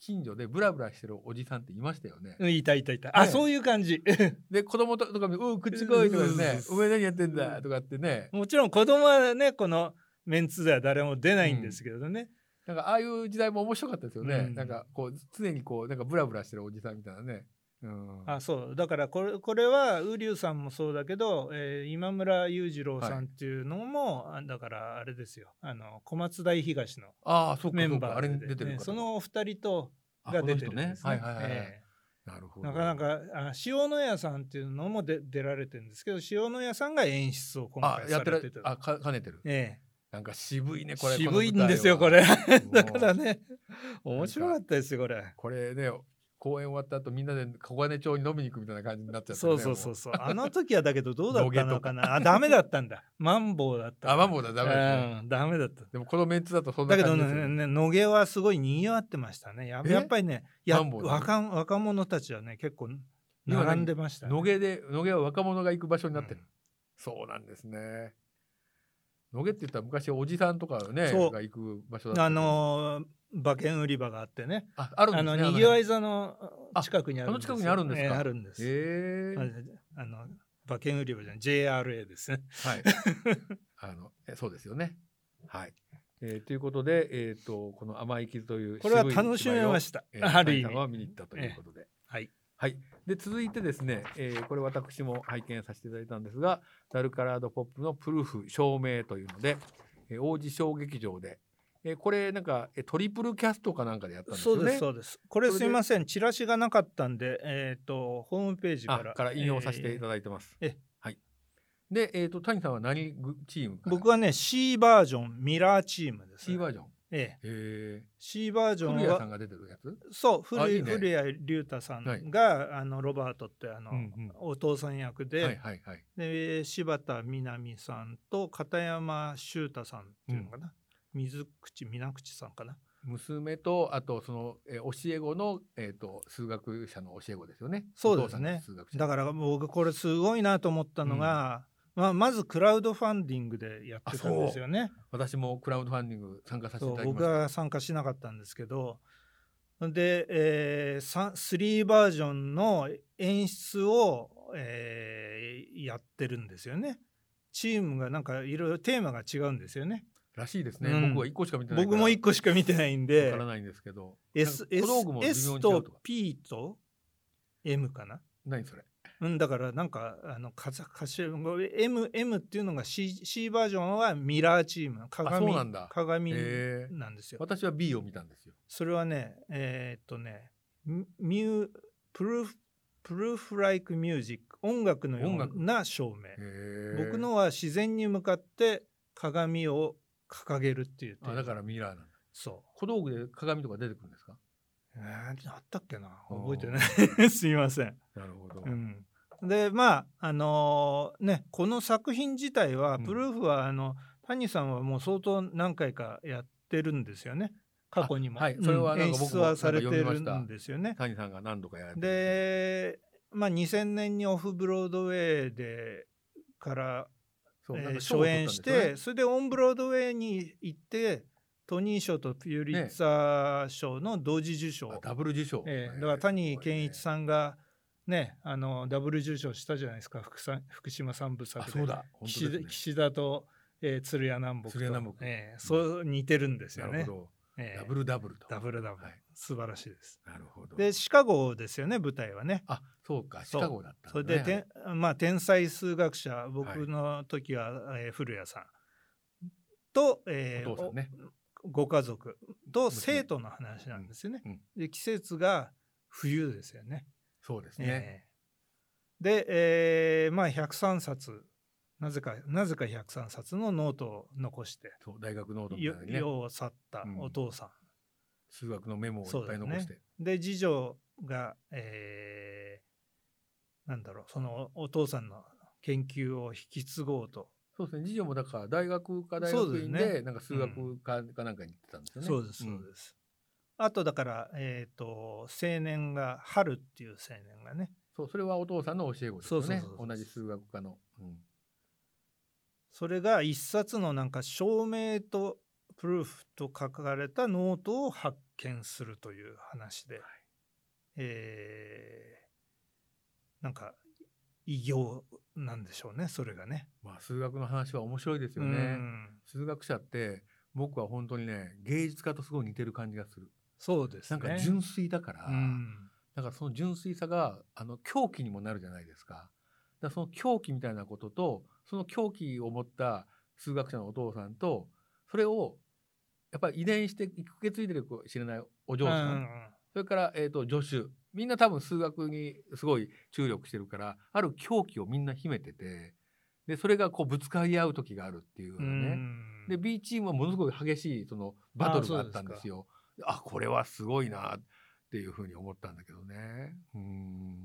[SPEAKER 3] 近所でブラブラしてるおじさんっていましたよね、
[SPEAKER 4] うんいたいたいたあ、
[SPEAKER 3] ね
[SPEAKER 4] そういう感じ
[SPEAKER 3] で子供とかに「おうこっち来い」とかですね「
[SPEAKER 4] うん
[SPEAKER 3] お前何やってんだ」とかってね
[SPEAKER 4] もちろん子供はねこのメンツでは誰も出ないんですけどね、
[SPEAKER 3] なんかああいう時代も面白かったですよね、
[SPEAKER 4] うん
[SPEAKER 3] なんかこう常にこうなんかブラブラしてるおじさんみたいなね、うん、
[SPEAKER 4] あそうだからこれこれは瓜生さんもそうだけど、えー今村裕次郎さんっていうのも、あだからあれですよあの小松大東の
[SPEAKER 3] ああ、そうか、
[SPEAKER 4] メ
[SPEAKER 3] そう
[SPEAKER 4] ン
[SPEAKER 3] か、
[SPEAKER 4] バ
[SPEAKER 3] あれに
[SPEAKER 4] ー
[SPEAKER 3] 出て
[SPEAKER 4] で、
[SPEAKER 3] る
[SPEAKER 4] ね
[SPEAKER 3] 方
[SPEAKER 4] そのお二人と
[SPEAKER 3] あ
[SPEAKER 4] が
[SPEAKER 3] この
[SPEAKER 4] 出て
[SPEAKER 3] 人
[SPEAKER 4] るんですね
[SPEAKER 3] はいはいはい。
[SPEAKER 4] え
[SPEAKER 3] なるほ
[SPEAKER 4] え
[SPEAKER 3] ど。
[SPEAKER 4] なかなかあ塩野屋さんっていうのもで出られてるんですけど塩野屋さんが演出を今
[SPEAKER 3] あ、
[SPEAKER 4] 回
[SPEAKER 3] や
[SPEAKER 4] さ
[SPEAKER 3] って
[SPEAKER 4] れ
[SPEAKER 3] る
[SPEAKER 4] てた、
[SPEAKER 3] あ、か、兼ねてる。
[SPEAKER 4] え
[SPEAKER 3] なんか渋いね、
[SPEAKER 4] え
[SPEAKER 3] これ。
[SPEAKER 4] 渋いんですよ
[SPEAKER 3] の
[SPEAKER 4] こ
[SPEAKER 3] 舞
[SPEAKER 4] れ
[SPEAKER 3] 台は
[SPEAKER 4] だから。
[SPEAKER 3] もう
[SPEAKER 4] ね面白かったですよこれ
[SPEAKER 3] これね、公演終わった後、みんなで小金町に飲みに行くみたいな感じになっちゃってね。
[SPEAKER 4] そうそうそうそうあの時はだけどどうだったの かなあダメだったんだマンボウだった
[SPEAKER 3] あ、マン
[SPEAKER 4] ウ
[SPEAKER 3] ボウだ、ダメですね。
[SPEAKER 4] うん、ダメだった
[SPEAKER 3] でも、このメンツだと、そんな
[SPEAKER 4] だけど
[SPEAKER 3] 感じですよ
[SPEAKER 4] ね、
[SPEAKER 3] ね。
[SPEAKER 4] ね野毛はすごい賑わってましたね。や
[SPEAKER 3] え
[SPEAKER 4] やっぱりね、や
[SPEAKER 3] マンボウだね
[SPEAKER 4] 若若者たちはね、結構
[SPEAKER 3] 今何
[SPEAKER 4] 並んでましたね。
[SPEAKER 3] 野毛で、野毛は若者が行く場所になってる
[SPEAKER 4] うん。
[SPEAKER 3] そうなんですね。野毛って言ったら、昔おじさんとかね、
[SPEAKER 4] そう
[SPEAKER 3] が行く場所だったけど。
[SPEAKER 4] あのー馬券売り場があってね、
[SPEAKER 3] あ、あるんで
[SPEAKER 4] あ
[SPEAKER 3] すね
[SPEAKER 4] の
[SPEAKER 3] あの
[SPEAKER 4] にぎわい座の
[SPEAKER 3] あ
[SPEAKER 4] 近くにあるんです
[SPEAKER 3] あ
[SPEAKER 4] よ
[SPEAKER 3] の近くにあるんですか
[SPEAKER 4] ええあるんです。
[SPEAKER 3] へえ。
[SPEAKER 4] ああの馬券売り場じゃない、JRA ですね。
[SPEAKER 3] はい。あの、えそうですよね。はい。えーということで、えっ、と、この甘い傷という。
[SPEAKER 4] これは楽しめま
[SPEAKER 3] た。
[SPEAKER 4] した
[SPEAKER 3] え。ー、
[SPEAKER 4] あ
[SPEAKER 3] あ
[SPEAKER 4] る
[SPEAKER 3] る
[SPEAKER 4] 意味。
[SPEAKER 3] は見に行ったということで。
[SPEAKER 4] はい。
[SPEAKER 3] はい。で、続いてですね、えーこれ私も拝見させていただいたんですが、ダルカラードポップのプルーフ、証明というので、えー、王子小劇場で、えーこれなんか、えートリプルキャストかなんかでやったんです
[SPEAKER 4] そ
[SPEAKER 3] よ
[SPEAKER 4] う
[SPEAKER 3] ね。
[SPEAKER 4] です、そうです。これ
[SPEAKER 3] それ
[SPEAKER 4] す
[SPEAKER 3] で
[SPEAKER 4] いません、チラシがなかったんで、えっ、と、ホームページか
[SPEAKER 3] あ、
[SPEAKER 4] ら。
[SPEAKER 3] から引用させてい
[SPEAKER 4] だ
[SPEAKER 3] ただいてます。
[SPEAKER 4] えーえ
[SPEAKER 3] はい。で、えっ、と、谷さんは何グチームかな
[SPEAKER 4] 僕はね、C バージョン、ミラーチームです、
[SPEAKER 3] C
[SPEAKER 4] ね。
[SPEAKER 3] バージョン。
[SPEAKER 4] ええ、
[SPEAKER 3] へえ。
[SPEAKER 4] C バージョ
[SPEAKER 3] 古
[SPEAKER 4] ン
[SPEAKER 3] 谷さんが
[SPEAKER 4] は
[SPEAKER 3] 出てるやつ
[SPEAKER 4] そう古
[SPEAKER 3] あいい
[SPEAKER 4] 谷
[SPEAKER 3] ね
[SPEAKER 4] 古谷龍太さんが、あのロバートってあの、
[SPEAKER 3] うんうん
[SPEAKER 4] お父さん役で,、
[SPEAKER 3] はいはいはい。
[SPEAKER 4] で柴田みなみさんと片山修太さんっていうのかな、水口みなくちさんかな
[SPEAKER 3] 娘とあとその、えー教え子の、えー、と数学者の教え子ですよね。
[SPEAKER 4] そうです
[SPEAKER 3] お
[SPEAKER 4] ね
[SPEAKER 3] 父さんの数学者
[SPEAKER 4] だから僕これすごいなと思ったのが、まあ、まずクラウドファンディングでやってたんですよね
[SPEAKER 3] 私もクラウドファンディング参加させてい
[SPEAKER 4] そ
[SPEAKER 3] ただ
[SPEAKER 4] う
[SPEAKER 3] きま
[SPEAKER 4] 僕
[SPEAKER 3] した。
[SPEAKER 4] は参加しなかったんですけどで、えー、さ3バージョンの演出を、えーやってるんですよねチームがなんかいろいろテーマが違うんですよね
[SPEAKER 3] らしいですね、
[SPEAKER 4] うん
[SPEAKER 3] 僕は一個しか見てないから
[SPEAKER 4] 僕も1個しか見てないん
[SPEAKER 3] わ
[SPEAKER 4] で
[SPEAKER 3] からないんですけど。
[SPEAKER 4] S,
[SPEAKER 3] なん
[SPEAKER 4] S,
[SPEAKER 3] か小道具も微妙
[SPEAKER 4] S
[SPEAKER 3] に違う
[SPEAKER 4] と
[SPEAKER 3] とか。
[SPEAKER 4] P と M かな
[SPEAKER 3] 何それ
[SPEAKER 4] うん、だからなんかあのかざかし M, M っていうのが C, C バージョンはミラーチーム鏡
[SPEAKER 3] そうなんだ
[SPEAKER 4] 鏡
[SPEAKER 3] へー
[SPEAKER 4] なんですよ。
[SPEAKER 3] 私は B を見たんですよ。
[SPEAKER 4] それはねえーっとねミミュープルーフプルーフ・ライク・ミュージック音楽の
[SPEAKER 3] 音
[SPEAKER 4] よ
[SPEAKER 3] 楽
[SPEAKER 4] うな照明
[SPEAKER 3] へえ
[SPEAKER 4] 僕のは自然に向かって鏡を掲げるっていう
[SPEAKER 3] あだからミラーなんだ
[SPEAKER 4] そ
[SPEAKER 3] 小道具で鏡とか出てくるんですか
[SPEAKER 4] う、えーあったっけな覚えてない すみません、
[SPEAKER 3] なるほど
[SPEAKER 4] うん、でまああのーねこの作品自体は
[SPEAKER 3] うん
[SPEAKER 4] プルーフはあの、谷さんはもう相当何回かやってるんですよね過去にも、
[SPEAKER 3] あはいそれは
[SPEAKER 4] うん
[SPEAKER 3] なん
[SPEAKER 4] 演
[SPEAKER 3] か僕
[SPEAKER 4] 出
[SPEAKER 3] も
[SPEAKER 4] はされて
[SPEAKER 3] なんか
[SPEAKER 4] る
[SPEAKER 3] 読みました
[SPEAKER 4] んですよね
[SPEAKER 3] 谷さんが何度かやってる
[SPEAKER 4] で、まあ、2000年にオフブロードウェイでから、
[SPEAKER 3] そう
[SPEAKER 4] えー
[SPEAKER 3] なんか賞を
[SPEAKER 4] 初
[SPEAKER 3] 取ったん
[SPEAKER 4] 演
[SPEAKER 3] です
[SPEAKER 4] し
[SPEAKER 3] よね
[SPEAKER 4] てそれでオンブロードウェイに行ってトニー賞とピューリッツァー賞の同時受賞、
[SPEAKER 3] あダブル受賞
[SPEAKER 4] えーだから谷健一
[SPEAKER 3] ん
[SPEAKER 4] さんが、ね、あのダブル受賞したじゃないですか福さん福島三部作
[SPEAKER 3] あ
[SPEAKER 4] で
[SPEAKER 3] そうだ本当
[SPEAKER 4] 岸
[SPEAKER 3] です
[SPEAKER 4] 田
[SPEAKER 3] ね
[SPEAKER 4] 岸田と、えー鶴屋南北と
[SPEAKER 3] 鶴屋南北
[SPEAKER 4] えーそう似てるんですよ
[SPEAKER 3] な
[SPEAKER 4] ね
[SPEAKER 3] る。ほ
[SPEAKER 4] え
[SPEAKER 3] どダ
[SPEAKER 4] ー
[SPEAKER 3] ブルダブルと
[SPEAKER 4] ダブルダブル
[SPEAKER 3] はい
[SPEAKER 4] 素晴らしいです。
[SPEAKER 3] なるほど
[SPEAKER 4] でシカゴですよね舞台はね。
[SPEAKER 3] あそうかシ
[SPEAKER 4] そう
[SPEAKER 3] カゴだった
[SPEAKER 4] それ
[SPEAKER 3] んだね
[SPEAKER 4] で、てんまあ、天才数学者
[SPEAKER 3] は
[SPEAKER 4] 僕
[SPEAKER 3] い
[SPEAKER 4] の時は、えー古谷さんと、えー
[SPEAKER 3] お父さんね
[SPEAKER 4] おご家族と
[SPEAKER 3] 娘
[SPEAKER 4] 生徒の話なんですよね。
[SPEAKER 3] うんうん
[SPEAKER 4] で季節が冬ですよね。
[SPEAKER 3] そうですね
[SPEAKER 4] えーで、えーまあ、103冊なぜかなぜか103冊のノートを残して、
[SPEAKER 3] そう大学ノートみ
[SPEAKER 4] よ
[SPEAKER 3] たいにね
[SPEAKER 4] 世を去ったお父さん。
[SPEAKER 3] 数学のメモをいっぱい残して
[SPEAKER 4] で次女が、えーなんだろうそのお父さんの研究を引き継ごうと、
[SPEAKER 3] そうですね次女もだから大学か大
[SPEAKER 4] そう
[SPEAKER 3] 学
[SPEAKER 4] です
[SPEAKER 3] 院
[SPEAKER 4] ね
[SPEAKER 3] でなんか数学かかなんかに行ってたんですよねん
[SPEAKER 4] です、あとだから、えー、と青年が春っていう青年がね
[SPEAKER 3] そうそれはお父さんの教え子ですよね
[SPEAKER 4] そうそうそうそう
[SPEAKER 3] 同じ数学科のうん
[SPEAKER 4] それが一冊のなんか証明とプルーフと書かれたノートを発見するという話で、えーなんか偉業なんでしょうねそれがね。
[SPEAKER 3] まあ数学の話は面白いですよ
[SPEAKER 4] う
[SPEAKER 3] ね
[SPEAKER 4] ん
[SPEAKER 3] 数学者って僕は本当にね芸術家とすごい似てる感じがする
[SPEAKER 4] そうです
[SPEAKER 3] な
[SPEAKER 4] ね
[SPEAKER 3] んか純粋だから
[SPEAKER 4] うん
[SPEAKER 3] だからその純粋さがあの狂気にもなるじゃないですか。だからその狂気みたいなこととその狂気を持った数学者のお父さんとそれをやっぱり遺伝して受け継いでるかもしれないお嬢さん、それから、えー、と助手みんな多分数学にすごい注力してるからある狂気をみんな秘めててでそれがこうぶつかり合う時があるっていうよう
[SPEAKER 4] う
[SPEAKER 3] なんね。
[SPEAKER 4] うん
[SPEAKER 3] で B チームはものすごい激しいそのバトルがあったんですよ。あこれはすごいなっていうふうに思ったんだけどね。うん。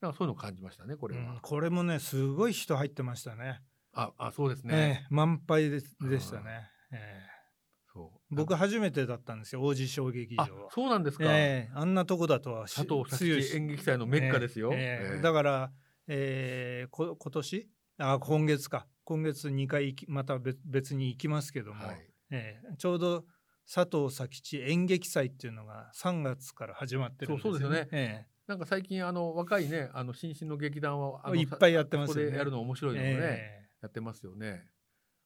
[SPEAKER 3] なんかそういうのを感じましたねこれは。
[SPEAKER 4] うんこれもねすごい人入ってましたね
[SPEAKER 3] ああそうですね。
[SPEAKER 4] ええ満杯ででしたね、ええ
[SPEAKER 3] そう
[SPEAKER 4] 僕初めてだったんですよ王子小劇場
[SPEAKER 3] あ
[SPEAKER 4] は
[SPEAKER 3] そうなんですか。
[SPEAKER 4] ええあんなとこだとは
[SPEAKER 3] 佐藤佐吉演劇祭のメッカですよ。
[SPEAKER 4] ええええ
[SPEAKER 3] ええ
[SPEAKER 4] だから、ええこ今年あ今月か今月2回行きまた別別に行きますけども、
[SPEAKER 3] はい。
[SPEAKER 4] ええちょうど佐藤佐吉演劇祭っていうのが3月から始まってるんですよ
[SPEAKER 3] そ
[SPEAKER 4] ね。
[SPEAKER 3] うそうですよ
[SPEAKER 4] ええ
[SPEAKER 3] なんか最近あの若いねあの新進の劇団はあの
[SPEAKER 4] いっぱいやってますよね
[SPEAKER 3] ここでやるの面白いのね、
[SPEAKER 4] ええ
[SPEAKER 3] やってますよね。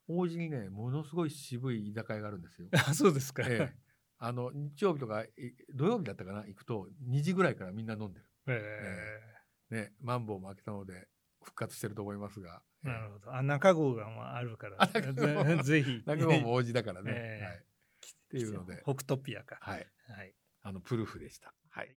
[SPEAKER 3] 王子にねものすごい渋い居酒屋があるんですよ。
[SPEAKER 4] あそうですか。
[SPEAKER 3] ええ、あの日曜日とかい土曜日だったかな行くと2時ぐらいからみんな飲んで
[SPEAKER 4] え
[SPEAKER 3] るねマンボウも開けたので復活してると思いますが、ええ
[SPEAKER 4] ーなるほど。あ中郷がまああるから
[SPEAKER 3] あ中郷
[SPEAKER 4] ぜ、ぜひ。
[SPEAKER 3] だけどもう王子だからね、
[SPEAKER 4] ええ
[SPEAKER 3] はい、っていうので、
[SPEAKER 4] 北トピアか。
[SPEAKER 3] はい、
[SPEAKER 4] はい。
[SPEAKER 3] あのプルーフでした。